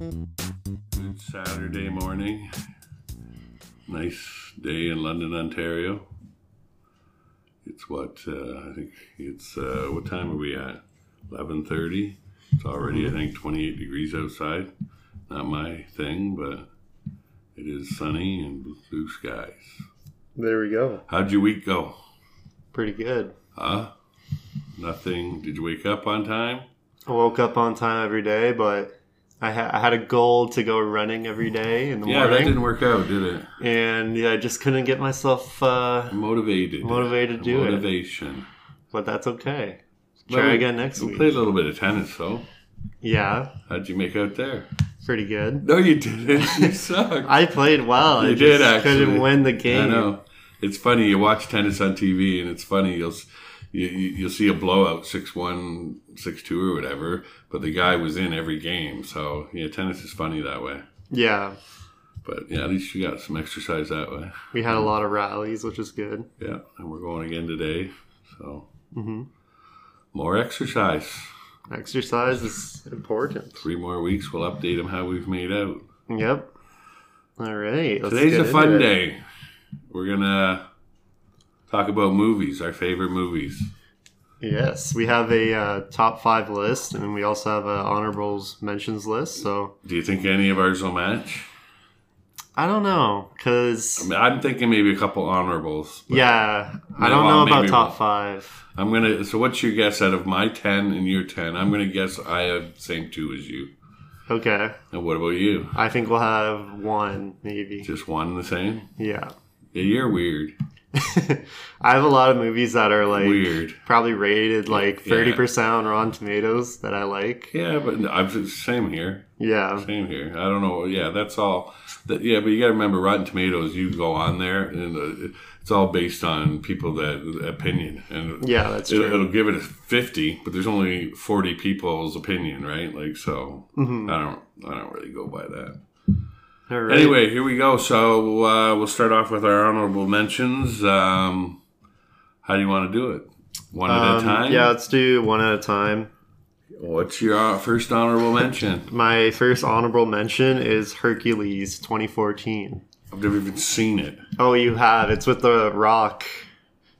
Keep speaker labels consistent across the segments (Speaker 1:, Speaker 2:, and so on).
Speaker 1: It's Saturday morning. Nice day in London, Ontario. It's what uh, I think it's. Uh, what time are we at? Eleven thirty. It's already I think twenty-eight degrees outside. Not my thing, but it is sunny and blue skies.
Speaker 2: There we go.
Speaker 1: How'd your week go?
Speaker 2: Pretty good.
Speaker 1: Huh? Nothing. Did you wake up on time?
Speaker 2: I woke up on time every day, but I, ha- I had a goal to go running every day in the
Speaker 1: Yeah, that
Speaker 2: morning,
Speaker 1: didn't work out, did it?
Speaker 2: and yeah, I just couldn't get myself. Uh,
Speaker 1: Motivated.
Speaker 2: Motivated to do it.
Speaker 1: Motivation.
Speaker 2: but that's okay.
Speaker 1: Well,
Speaker 2: Try again next
Speaker 1: We
Speaker 2: week.
Speaker 1: played a little bit of tennis, though.
Speaker 2: Yeah,
Speaker 1: How'd you make out there?
Speaker 2: pretty good.
Speaker 1: No, you didn't. You sucked.
Speaker 2: I played well. I
Speaker 1: You did,
Speaker 2: just
Speaker 1: actually.
Speaker 2: couldn't win the
Speaker 1: I
Speaker 2: game.
Speaker 1: know. It's funny. You watch tennis on TV, and it's funny. You'll s- you, you- you'll see a blowout, 6-1, 6-2 or whatever, but the guy was in every game. So, yeah, tennis is funny that way.
Speaker 2: Yeah,
Speaker 1: But, yeah, at least you got some exercise that way.
Speaker 2: we had a lot of rallies, which is good.
Speaker 1: Yeah, and we're going again today. So,
Speaker 2: hmm
Speaker 1: more exercise.
Speaker 2: Exercise is important.
Speaker 1: Three more weeks. We'll update them how we've made out.
Speaker 2: Yep. All right. let's
Speaker 1: Today's a
Speaker 2: get into
Speaker 1: fun
Speaker 2: it.
Speaker 1: day. We're gonna talk about movies, our favorite movies.
Speaker 2: Yes, we have a uh, top five list, and we also have a honorables mentions list. So
Speaker 1: Do you think any of ours will match?
Speaker 2: I don't know,
Speaker 1: I
Speaker 2: cause
Speaker 1: mean, I'm thinking maybe a couple honorables. but
Speaker 2: yeah, I
Speaker 1: No,
Speaker 2: don't
Speaker 1: well,
Speaker 2: know about
Speaker 1: maybe
Speaker 2: top
Speaker 1: we'll-
Speaker 2: five.
Speaker 1: I'm gonna. So, what's your guess out of my ten and your ten? I'm gonna guess I have the same two as you.
Speaker 2: Okay,
Speaker 1: And what about you?
Speaker 2: I think we'll have one maybe.
Speaker 1: Just one the same?
Speaker 2: Yeah,
Speaker 1: Yeah, you're weird.
Speaker 2: I have a lot of movies that are like
Speaker 1: weird.
Speaker 2: probably rated like
Speaker 1: Yeah.
Speaker 2: thirty percent on Rotten Tomatoes that I like.
Speaker 1: Yeah, but I'm same here.
Speaker 2: Yeah,
Speaker 1: Same here. I don't know. Yeah, that's all. That, yeah, but you got to remember, Rotten Tomatoes. You go on there, and uh, it's all based on people that opinion, and
Speaker 2: yeah, that's
Speaker 1: it,
Speaker 2: true.
Speaker 1: it'll give it a fifty. But there's only forty people's opinion, right? Like so.
Speaker 2: Mhm.
Speaker 1: I don't. I don't really go by that.
Speaker 2: All right.
Speaker 1: Anyway, here we go. So uh, we'll start off with our honorable mentions. Um, how do you want to do it? One at a
Speaker 2: Um,
Speaker 1: time.
Speaker 2: Yeah, let's do one at a time.
Speaker 1: What's your uh, first honorable mention?
Speaker 2: My first honorable mention is Hercules 2014.
Speaker 1: I've never even seen it.
Speaker 2: Oh, you have. It's with The Rock.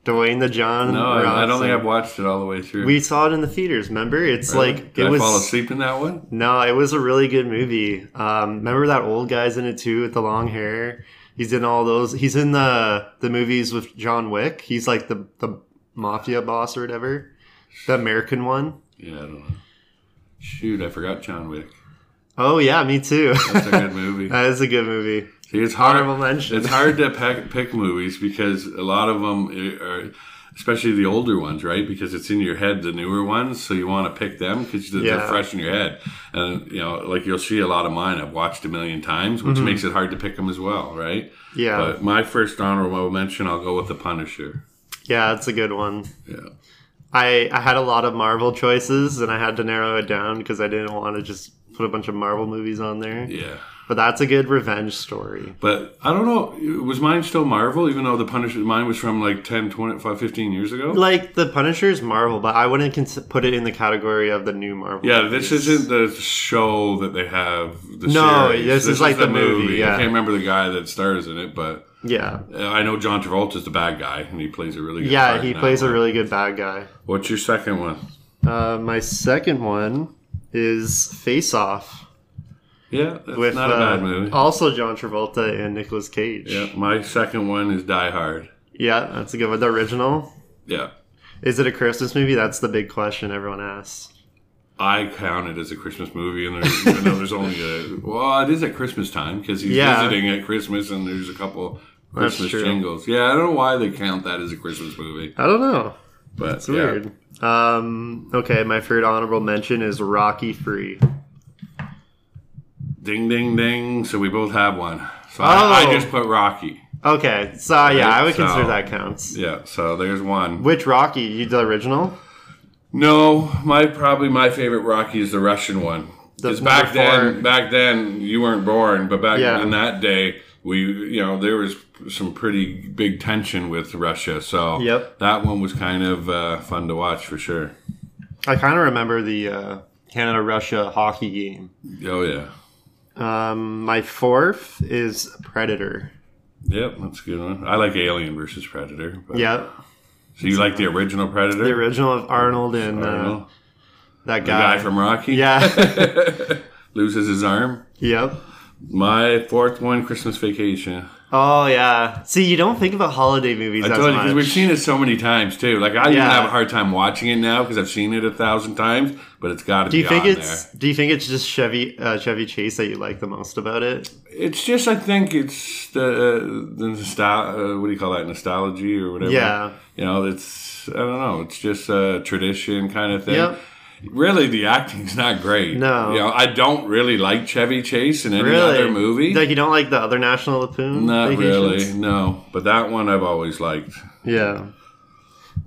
Speaker 2: Dwayne the John.
Speaker 1: No, I, I don't think
Speaker 2: Rockson.
Speaker 1: I've watched it all the way through.
Speaker 2: We saw it in the theaters, remember? It's
Speaker 1: Really?
Speaker 2: like,
Speaker 1: did
Speaker 2: it
Speaker 1: I
Speaker 2: was.
Speaker 1: fall asleep in that one?
Speaker 2: No, it was a really good movie. Um, remember that old guy's in it too with the long hair? He's in all those. He's in the the movies with John Wick. He's like the, the mafia boss or whatever. The American one.
Speaker 1: Yeah, I don't know. Shoot, I forgot John Wick.
Speaker 2: Oh, yeah, me too.
Speaker 1: That's a good movie.
Speaker 2: that is a good movie.
Speaker 1: See, it's
Speaker 2: Honorable
Speaker 1: hard.
Speaker 2: mention.
Speaker 1: It's hard to pick, pick movies because a lot of them are, especially the older ones, right? Because it's in your head, the newer ones, so you want to pick them because they're
Speaker 2: Yeah.
Speaker 1: fresh in your head. And you know, like you'll see a lot of mine I've watched a million times, which makes it hard to pick them as well, right?
Speaker 2: Mm-hmm. Yeah.
Speaker 1: But my first honorable mention, I'll go with The Punisher.
Speaker 2: Yeah, it's a good one.
Speaker 1: Yeah.
Speaker 2: I, I had a lot of Marvel choices and I had to narrow it down because I didn't want to just put a bunch of Marvel movies on there.
Speaker 1: Yeah.
Speaker 2: But that's a good revenge story.
Speaker 1: But I don't know. Was mine still Marvel, even though the Punisher? Mine was from like 10, 20, 5, 15 years ago.
Speaker 2: Like the Punisher's Marvel, but I wouldn't cons- put it in the category of the new Marvel.
Speaker 1: yeah, this
Speaker 2: movies.
Speaker 1: isn't the show that they have. The
Speaker 2: No,
Speaker 1: series.
Speaker 2: this is like the movie,
Speaker 1: I
Speaker 2: yeah.
Speaker 1: can't remember the guy that stars in it, but
Speaker 2: Yeah,
Speaker 1: uh, I know John Travolta's the bad guy, and he plays a really good.
Speaker 2: yeah,
Speaker 1: part
Speaker 2: he
Speaker 1: in that
Speaker 2: plays a
Speaker 1: one.
Speaker 2: really good bad guy.
Speaker 1: What's your second one?
Speaker 2: Uh, my second one is Face Off
Speaker 1: Yeah, that's
Speaker 2: with
Speaker 1: not a
Speaker 2: uh,
Speaker 1: bad movie.
Speaker 2: also John Travolta and Nicolas Cage.
Speaker 1: yeah, my second one is Die Hard.
Speaker 2: yeah, that's a good one. The original
Speaker 1: Yeah,
Speaker 2: is it a Christmas movie? That's the big question everyone asks.
Speaker 1: I count it as a Christmas movie, and there's, even though there's only a well, it is at Christmas time because he's
Speaker 2: Yeah.
Speaker 1: visiting at Christmas, and there's a couple
Speaker 2: That's
Speaker 1: Christmas
Speaker 2: true.
Speaker 1: jingles. Yeah, I don't know why they count that as a Christmas movie,
Speaker 2: I don't know.
Speaker 1: but
Speaker 2: It's
Speaker 1: yeah.
Speaker 2: weird. Um, okay, my third honorable mention is Rocky Free.
Speaker 1: Ding, ding, ding. So we both have one. So
Speaker 2: Oh.
Speaker 1: I, I just put Rocky.
Speaker 2: Okay, so yeah, I would
Speaker 1: So-
Speaker 2: consider that counts.
Speaker 1: Yeah. So there's one.
Speaker 2: Which Rocky? You the original?
Speaker 1: No, my probably my favorite Rocky is the Russian one.
Speaker 2: The
Speaker 1: Because back
Speaker 2: number four.
Speaker 1: then, back then you weren't born, but back
Speaker 2: Yeah.
Speaker 1: in that day, we you know there was some pretty big tension with Russia, so
Speaker 2: Yep.
Speaker 1: that one was kind of uh, fun to watch for sure.
Speaker 2: I kind of remember the uh, Canada Russia hockey game.
Speaker 1: Oh yeah,
Speaker 2: Um, my fourth is Predator.
Speaker 1: yep, that's a good one. I like Alien versus Predator. But,
Speaker 2: Yep,
Speaker 1: So you like the original Predator?
Speaker 2: the original of Arnold and
Speaker 1: Arnold?
Speaker 2: uh, that
Speaker 1: the guy
Speaker 2: guy.
Speaker 1: from Rocky.
Speaker 2: yeah.
Speaker 1: loses his arm.
Speaker 2: yep.
Speaker 1: My fourth one, Christmas Vacation.
Speaker 2: Oh yeah. See, you don't think about holiday movies
Speaker 1: I
Speaker 2: as
Speaker 1: told you
Speaker 2: much.
Speaker 1: because we've seen it so many times too. Like I even
Speaker 2: Yeah.
Speaker 1: have a hard time watching it now because I've seen it a thousand times. But it's got to
Speaker 2: do
Speaker 1: be
Speaker 2: you think
Speaker 1: on
Speaker 2: it's Do you think it's just Chevy uh, Chevy Chase that you like the most about it?
Speaker 1: there. It's just I think it's the uh, the nostal- uh, what do you call that nostalgia or whatever.
Speaker 2: Yeah.
Speaker 1: you know it's I don't know. It's just a tradition kind of thing.
Speaker 2: Yep.
Speaker 1: Really, the acting's not great.
Speaker 2: No.
Speaker 1: you know I don't really like Chevy Chase in any
Speaker 2: Really?
Speaker 1: other movie.
Speaker 2: Like you don't like the other National Lampoon?
Speaker 1: not
Speaker 2: Vacations?
Speaker 1: really, no. But that one I've always liked.
Speaker 2: Yeah.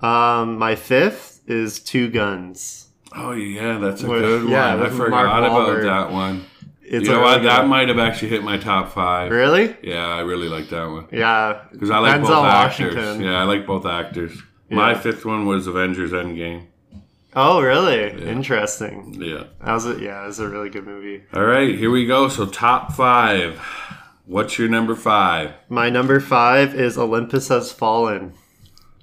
Speaker 2: Um, my fifth is Two Guns.
Speaker 1: Oh yeah, that's a
Speaker 2: With-
Speaker 1: good
Speaker 2: yeah,
Speaker 1: one. I
Speaker 2: with
Speaker 1: forgot
Speaker 2: Mark
Speaker 1: about
Speaker 2: Wahlberg.
Speaker 1: that one.
Speaker 2: It's
Speaker 1: you
Speaker 2: a
Speaker 1: know what?
Speaker 2: really
Speaker 1: That
Speaker 2: good-
Speaker 1: might have actually hit my top five.
Speaker 2: really?
Speaker 1: Yeah, I really like that one
Speaker 2: Yeah.
Speaker 1: because I like
Speaker 2: Denzel
Speaker 1: both actors.
Speaker 2: Washington.
Speaker 1: Yeah, I like both actors. My
Speaker 2: Yeah.
Speaker 1: fifth one was Avengers Endgame.
Speaker 2: Oh, really? Interesting.
Speaker 1: Yeah.
Speaker 2: That was a, yeah, it was a really good movie.
Speaker 1: All right, here we go. So top five. What's your number five?
Speaker 2: My number five is Olympus Has Fallen.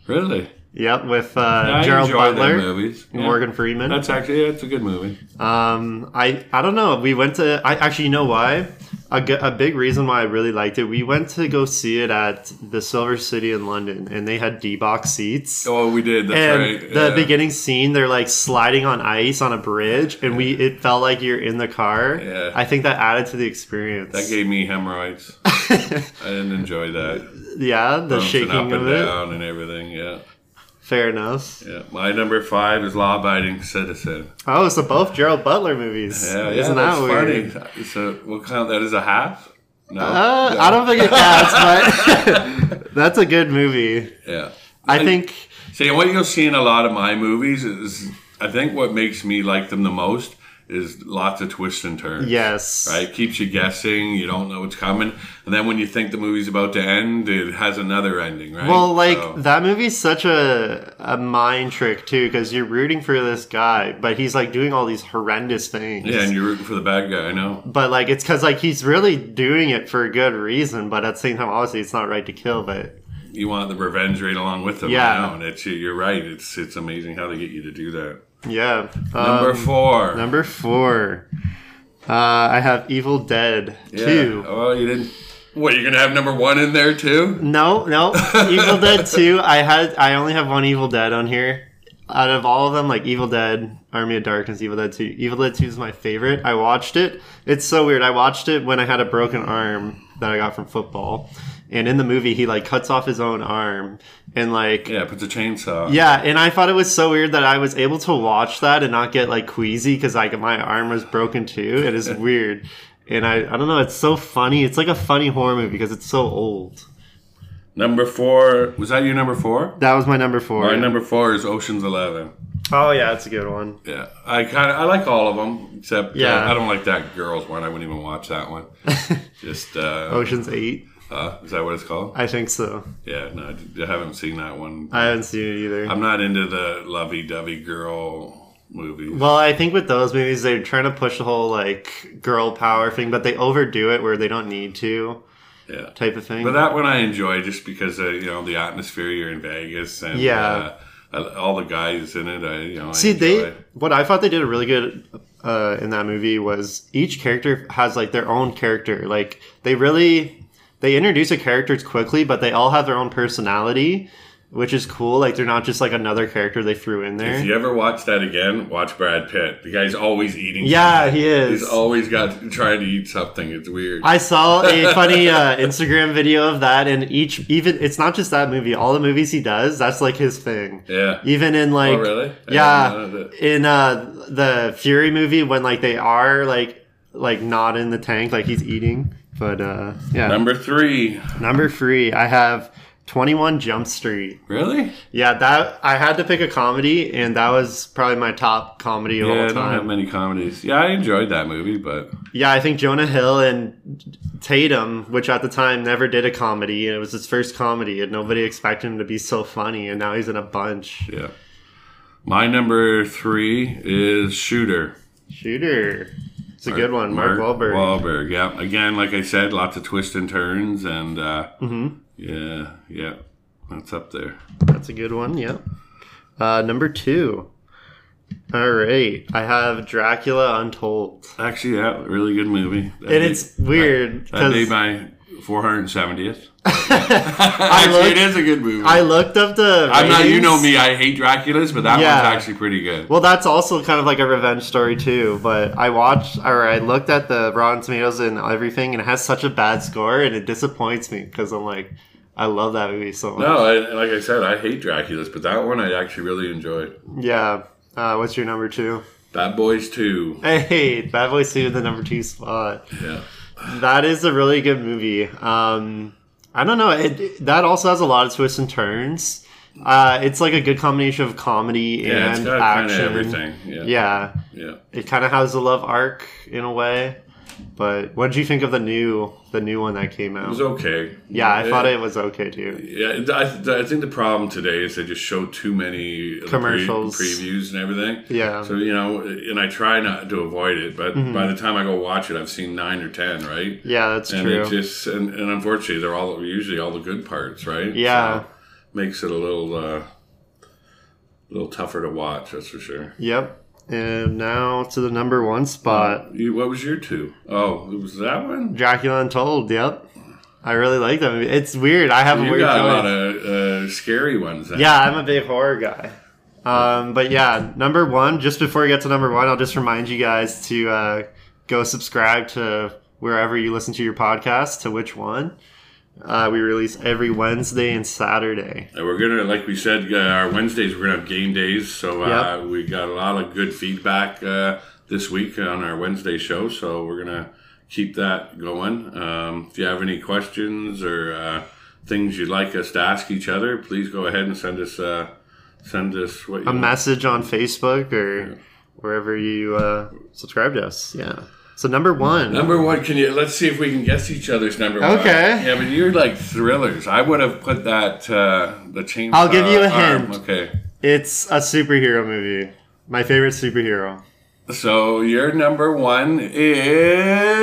Speaker 1: Really?
Speaker 2: Yep, with uh,
Speaker 1: I
Speaker 2: Gerald
Speaker 1: enjoy their
Speaker 2: Butler,
Speaker 1: movies. Yeah.
Speaker 2: Morgan Freeman.
Speaker 1: That's actually yeah, it's a good movie.
Speaker 2: Um, I I don't know. We went to. I actually, you know why? A, g- a big reason why I really liked it. We went to go see it at the Silver City in London, and they had D box seats.
Speaker 1: Oh, we did. That's
Speaker 2: and
Speaker 1: right.
Speaker 2: the
Speaker 1: yeah.
Speaker 2: beginning scene, they're like sliding on ice on a bridge, and we it felt like you're in the car.
Speaker 1: Yeah.
Speaker 2: I think that added to the experience.
Speaker 1: That gave me hemorrhoids. I didn't enjoy that.
Speaker 2: yeah, the
Speaker 1: Bouncing
Speaker 2: shaking
Speaker 1: up
Speaker 2: of
Speaker 1: and
Speaker 2: it.
Speaker 1: down and everything. Yeah.
Speaker 2: Fair enough.
Speaker 1: Yeah, my number five is Law Abiding Citizen.
Speaker 2: Oh, so both Gerald Butler movies.
Speaker 1: Yeah, yeah,
Speaker 2: Isn't that
Speaker 1: that's
Speaker 2: weird?
Speaker 1: funny. So we'll count that as a half. No,
Speaker 2: Uh,
Speaker 1: No.
Speaker 2: I don't think it counts, but that's a good movie.
Speaker 1: Yeah,
Speaker 2: I think
Speaker 1: See, what you'll see in a lot of my movies is, I think, what makes me like them the most is lots of twists and turns.
Speaker 2: yes.
Speaker 1: Right, keeps you guessing. You don't know what's coming, and then when you think the movie's about to end, it has another ending. Right.
Speaker 2: Well, like
Speaker 1: So-
Speaker 2: that movie's such a a mind trick too, because you're rooting for this guy, but he's like doing all these horrendous things.
Speaker 1: yeah, and you're rooting for the bad guy. I know.
Speaker 2: but like it's because like he's really doing it for a good reason, but at the same time, obviously it's not right to kill. But
Speaker 1: You want the revenge right along with them.
Speaker 2: Yeah.
Speaker 1: I know, and it's you're right. It's it's amazing how they get you to do that.
Speaker 2: yeah,
Speaker 1: Number
Speaker 2: Um,
Speaker 1: four.
Speaker 2: number four. Uh, I have Evil Dead
Speaker 1: Yeah.
Speaker 2: two.
Speaker 1: Oh, you didn't. What you're gonna have number one in there too?
Speaker 2: No, no, Evil Dead two. I had I only have one Evil Dead on here. Out of all of them, like Evil Dead, Army of Darkness, Evil Dead two. Evil Dead two is my favorite. I watched it. It's so weird. I watched it when I had a broken arm that I got from football, and in the movie he like cuts off his own arm and like.
Speaker 1: Yeah, puts a chainsaw.
Speaker 2: Yeah, and I thought it was so weird that I was able to watch that and not get like queasy because like my arm was broken too. It is weird, and I I don't know. It's so funny. It's like a funny horror movie because it's so old.
Speaker 1: Number four. Was that your number four?
Speaker 2: That was my number four.
Speaker 1: My number four is Ocean's Eleven.
Speaker 2: Oh yeah, that's a good one.
Speaker 1: Yeah, I kind of I like all of them except uh,
Speaker 2: Yeah.
Speaker 1: I don't like that girls one. I wouldn't even watch that one. Just uh,
Speaker 2: Ocean's Eight,
Speaker 1: uh, is that what it's called?
Speaker 2: I think so.
Speaker 1: Yeah, no, I d- I haven't seen that one.
Speaker 2: I haven't seen it either.
Speaker 1: I'm not into the lovey-dovey girl movies.
Speaker 2: well, I think with those movies, they're trying to push the whole like girl power thing, but they overdo it where they don't need to,
Speaker 1: Yeah.
Speaker 2: type of thing.
Speaker 1: But that one I enjoy just because uh, you know the atmosphere. You're in Vegas and
Speaker 2: Yeah.
Speaker 1: uh, I- all the guys in it. I you know I
Speaker 2: See, they
Speaker 1: enjoy.
Speaker 2: what I thought they did a really good uh, in that movie was each character has like their own character. Like they really they introduce the characters quickly, but they all have their own personality, which is cool. Like they're not just like another character they threw in there.
Speaker 1: If you ever watch that again, watch Brad Pitt. The guy's always eating.
Speaker 2: yeah, he
Speaker 1: something.
Speaker 2: is.
Speaker 1: he's always got trying to eat something. It's weird.
Speaker 2: I saw a funny uh, Instagram video of that, and each even it's not just that movie. All the movies he does, that's like his thing.
Speaker 1: yeah.
Speaker 2: Even in like,
Speaker 1: oh really? I didn't know
Speaker 2: yeah,
Speaker 1: that.
Speaker 2: in uh, the Fury movie when like they are like like not in the tank, like he's eating. But uh, yeah, number,
Speaker 1: Number three.
Speaker 2: three, I have 21 Jump Street.
Speaker 1: Really?
Speaker 2: Yeah, that I had to pick a comedy, and that was probably my top comedy of
Speaker 1: yeah,
Speaker 2: all
Speaker 1: I don't have
Speaker 2: time.
Speaker 1: many comedies. Yeah, I enjoyed that movie, but
Speaker 2: Yeah, I think Jonah Hill and Tatum, which at the time never did a comedy, and it was his first comedy, and nobody expected him to be so funny, and now he's in a bunch.
Speaker 1: yeah. My number three is Shooter.
Speaker 2: Shooter. It's a good one. Mark, Wahlberg.
Speaker 1: Wahlberg, yeah. Again, like I said, lots of twists and turns, and uh,
Speaker 2: hmm
Speaker 1: yeah, yeah, that's up there.
Speaker 2: That's a good one. Yep. Uh, number two. All right. I have Dracula Untold.
Speaker 1: Actually, yeah, really good movie. That
Speaker 2: And
Speaker 1: made-
Speaker 2: it's weird
Speaker 1: that made
Speaker 2: because
Speaker 1: my 470th.
Speaker 2: I
Speaker 1: actually,
Speaker 2: looked-
Speaker 1: it is a good movie.
Speaker 2: I looked up the.
Speaker 1: I'm not, you
Speaker 2: ratings.
Speaker 1: know me, I hate Draculas, but that
Speaker 2: Yeah.
Speaker 1: one's actually pretty good.
Speaker 2: Well, that's also kind of like a revenge story too. But I watched or I looked at the Rotten Tomatoes and everything, and it has such a bad score, and it disappoints me because I'm like, I love that movie so much.
Speaker 1: No, I, like I said, I hate Draculas, but that one I actually really enjoyed.
Speaker 2: Yeah. Uh, what's your number two?
Speaker 1: Bad Boys 2.
Speaker 2: Hey, Bad Boys Two, the number two spot.
Speaker 1: Yeah.
Speaker 2: That is a really good movie. Um, I don't know. It, that also has a lot of twists and turns. Uh, it's like a good combination of comedy
Speaker 1: Yeah,
Speaker 2: and
Speaker 1: it's got kind
Speaker 2: action.
Speaker 1: of everything. Yeah.
Speaker 2: Yeah,
Speaker 1: Yeah.
Speaker 2: it kind of has a love arc in a way. But what did you think of the new the new one that came
Speaker 1: It
Speaker 2: out?
Speaker 1: was okay.
Speaker 2: yeah, I thought it was okay too.
Speaker 1: Yeah, I, I think the problem today is they just show too many of the pre-
Speaker 2: Commercials.
Speaker 1: previews, and everything.
Speaker 2: Yeah, Mm-hmm.
Speaker 1: So you know, and I try not to avoid it, but by the time I go watch it, I've seen nine or ten, right?
Speaker 2: yeah, that's
Speaker 1: and
Speaker 2: true.
Speaker 1: it just and, and unfortunately, they're all usually all the good parts, right?
Speaker 2: Yeah.
Speaker 1: So makes it a little uh, little tougher to watch. That's for sure.
Speaker 2: Yep. And now to the number one spot,
Speaker 1: You, what was your two? Oh, it was that one.
Speaker 2: Dracula Untold. Yep, I really like that movie. It's weird. I have a
Speaker 1: You
Speaker 2: weird.
Speaker 1: got a
Speaker 2: choice.
Speaker 1: lot of uh, scary ones. Then.
Speaker 2: Yeah, I'm a big horror guy. Um, but yeah, number one, just before we get to number one, I'll just remind you guys to uh, go subscribe to wherever you listen to your podcast, to which one. Uh, we release every Wednesday and Saturday.
Speaker 1: And we're gonna, like we said, uh, our Wednesdays we're gonna have game days. So uh,
Speaker 2: Yep.
Speaker 1: we got a lot of good feedback uh, this week on our Wednesday show. So we're gonna keep that going. Um, if you have any questions or uh, things you'd like us to ask each other, please go ahead and send us uh, send us what you
Speaker 2: A
Speaker 1: want.
Speaker 2: message on Facebook or wherever you uh, subscribe to us. Yeah. So number one.
Speaker 1: Number one, can you? Let's see if we can guess each other's number one.
Speaker 2: Okay.
Speaker 1: Yeah, but you're like thrillers. I would have put that uh, the chain.
Speaker 2: I'll give you a
Speaker 1: arm.
Speaker 2: hint.
Speaker 1: Okay.
Speaker 2: It's a superhero movie. My favorite superhero.
Speaker 1: So your number one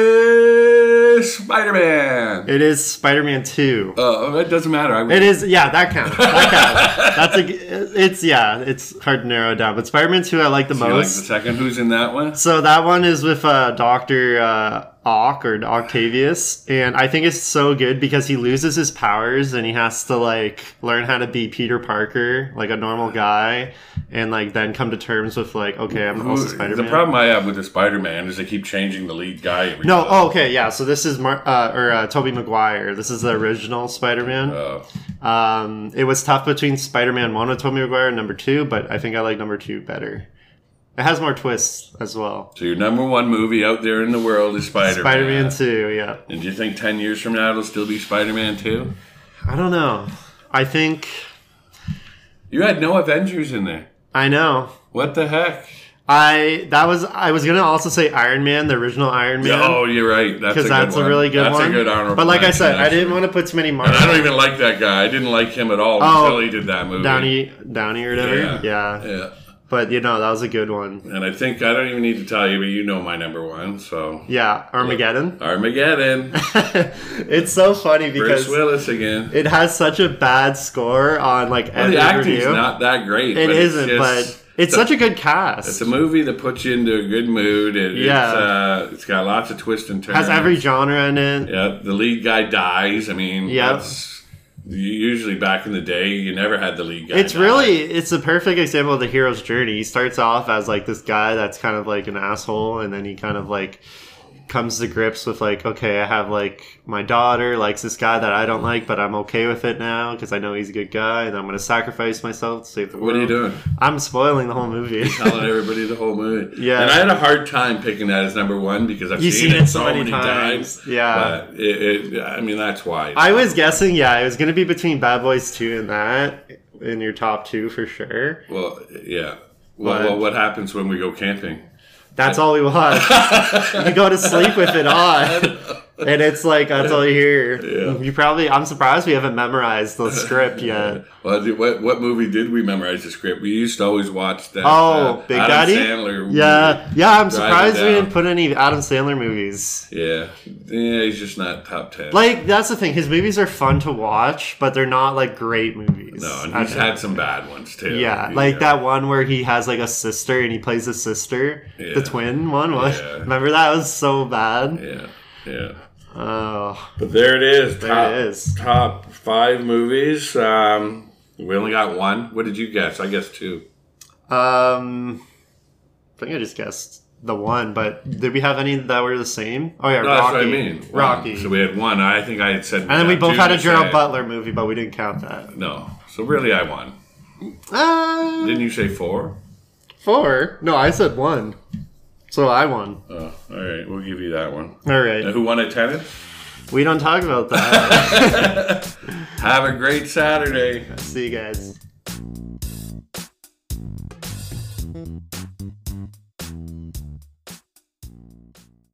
Speaker 1: is Spider Man.
Speaker 2: It is Spider-Man 2.
Speaker 1: Oh, it doesn't matter. I
Speaker 2: It is, yeah, that counts. That counts. That's a, it's yeah, it's hard to narrow it down. But Spider-Man Two, I like the
Speaker 1: You like the
Speaker 2: most.
Speaker 1: second. Who's in that one?
Speaker 2: so that one is with uh, Doctor uh, Ock or Octavius, and I think it's so good because he loses his powers and he has to like learn how to be Peter Parker, like a normal guy, and like then come to terms with like, okay, I'm also Spider-Man.
Speaker 1: The problem I have with the Spider Man is they keep changing the lead guy. Every
Speaker 2: no, oh, okay, yeah. So this is Mar- uh, or uh, Toby Maguire. This is the original Spider-Man.
Speaker 1: Oh.
Speaker 2: Um, it was tough between Spider-Man One and Tobey Maguire and number two, but I think I like number two better. It has more twists as well.
Speaker 1: So your number one movie out there in the world is Spider Man.
Speaker 2: Spider-Man Two, yeah.
Speaker 1: And do you think ten years from now it'll still be Spider Man Two?
Speaker 2: I don't know. I think
Speaker 1: You had no Avengers in there.
Speaker 2: I know.
Speaker 1: What the heck?
Speaker 2: I that was I was gonna also say Iron Man, the original Iron Man.
Speaker 1: Oh, you're right. That's a
Speaker 2: because
Speaker 1: good
Speaker 2: that's
Speaker 1: one.
Speaker 2: a really good
Speaker 1: that's
Speaker 2: one.
Speaker 1: a good honorable.
Speaker 2: but like I
Speaker 1: mention,
Speaker 2: said, I
Speaker 1: actually.
Speaker 2: didn't want to put too many marks.
Speaker 1: And I don't even like that guy. I didn't like him at all
Speaker 2: Oh,
Speaker 1: until he did that movie.
Speaker 2: Downey, Downey e, or whatever.
Speaker 1: Yeah.
Speaker 2: Yeah.
Speaker 1: Yeah.
Speaker 2: But you know that was a good one.
Speaker 1: And I think I don't even need to tell you, but you know my number one. So
Speaker 2: Yeah, Armageddon.
Speaker 1: Armageddon,
Speaker 2: it's so funny because
Speaker 1: Bruce Willis again.
Speaker 2: it has such a bad score on like
Speaker 1: Well,
Speaker 2: every
Speaker 1: the acting's
Speaker 2: review.
Speaker 1: not that great.
Speaker 2: It
Speaker 1: but it's
Speaker 2: isn't,
Speaker 1: just-
Speaker 2: but it's such a good cast.
Speaker 1: it's a movie that puts you into a good mood. It,
Speaker 2: Yeah.
Speaker 1: it's, uh, it's got lots of twists and turns.
Speaker 2: has every genre in it.
Speaker 1: yeah. The lead guy dies. I mean,
Speaker 2: Yeah.
Speaker 1: that's- you- Usually back in the day, you never had the lead guy.
Speaker 2: It's
Speaker 1: die.
Speaker 2: really it's a perfect example of the hero's journey. He starts off as like this guy that's kind of like an asshole, and then he kind of like comes to grips with like, okay, I have like my daughter likes this guy that I don't like, but I'm okay with it now because I know he's a good guy, and I'm gonna sacrifice myself to save the world.
Speaker 1: What are you doing? Oh,
Speaker 2: I'm spoiling the whole movie.
Speaker 1: Telling everybody the whole movie.
Speaker 2: Yeah.
Speaker 1: And I had a hard time picking that as number one because I've
Speaker 2: You've
Speaker 1: seen, it so many, times.
Speaker 2: Yeah.
Speaker 1: But it, it, I mean, that's why.
Speaker 2: I was guessing, yeah, it was gonna be between Bad Boys Two and that in your top two for sure.
Speaker 1: well, yeah. Well,
Speaker 2: But-
Speaker 1: well, what happens when we go camping?
Speaker 2: That's all we watch. you go to sleep with it on. And it's like that's all you hear.
Speaker 1: Yeah.
Speaker 2: You probably I'm surprised we haven't memorized the script yet.
Speaker 1: Well, did- what what movie did we memorize the script? We used to always watch that. uh,
Speaker 2: Oh, Big
Speaker 1: Adam
Speaker 2: Daddy?
Speaker 1: Sandler. movie.
Speaker 2: Yeah. Yeah, I'm surprised we
Speaker 1: down.
Speaker 2: didn't put any Adam Sandler movies.
Speaker 1: Yeah. Yeah. He's just not top ten.
Speaker 2: Like that's the thing. His movies are fun to watch, but they're not like great movies.
Speaker 1: no, and he's had some bad ones too.
Speaker 2: yeah, like that one where he has like a sister and he plays his sister,
Speaker 1: Yeah.
Speaker 2: the twin one. Was
Speaker 1: Yeah.
Speaker 2: remember that was so bad.
Speaker 1: Yeah. Yeah. Ah.
Speaker 2: Oh,
Speaker 1: But there it is. There top,
Speaker 2: it is.
Speaker 1: Top five movies. Um, we only got one. What did you guess? I guess two.
Speaker 2: Um, I think I just guessed the one, but did we have any that were the same? Oh yeah,
Speaker 1: No,
Speaker 2: Rocky.
Speaker 1: that's what I mean. One.
Speaker 2: Rocky.
Speaker 1: So we had one. I think I had said.
Speaker 2: and then we both had a Gerald
Speaker 1: Butler.
Speaker 2: Butler movie, but we didn't count that.
Speaker 1: No. So really, I won.
Speaker 2: Uh,
Speaker 1: Didn't you say four?
Speaker 2: four? No, I said one. So I won.
Speaker 1: Oh, all right. We'll give you that one.
Speaker 2: All right,
Speaker 1: And who won at tennis?
Speaker 2: we don't talk about that.
Speaker 1: Have a great Saturday.
Speaker 2: See you guys.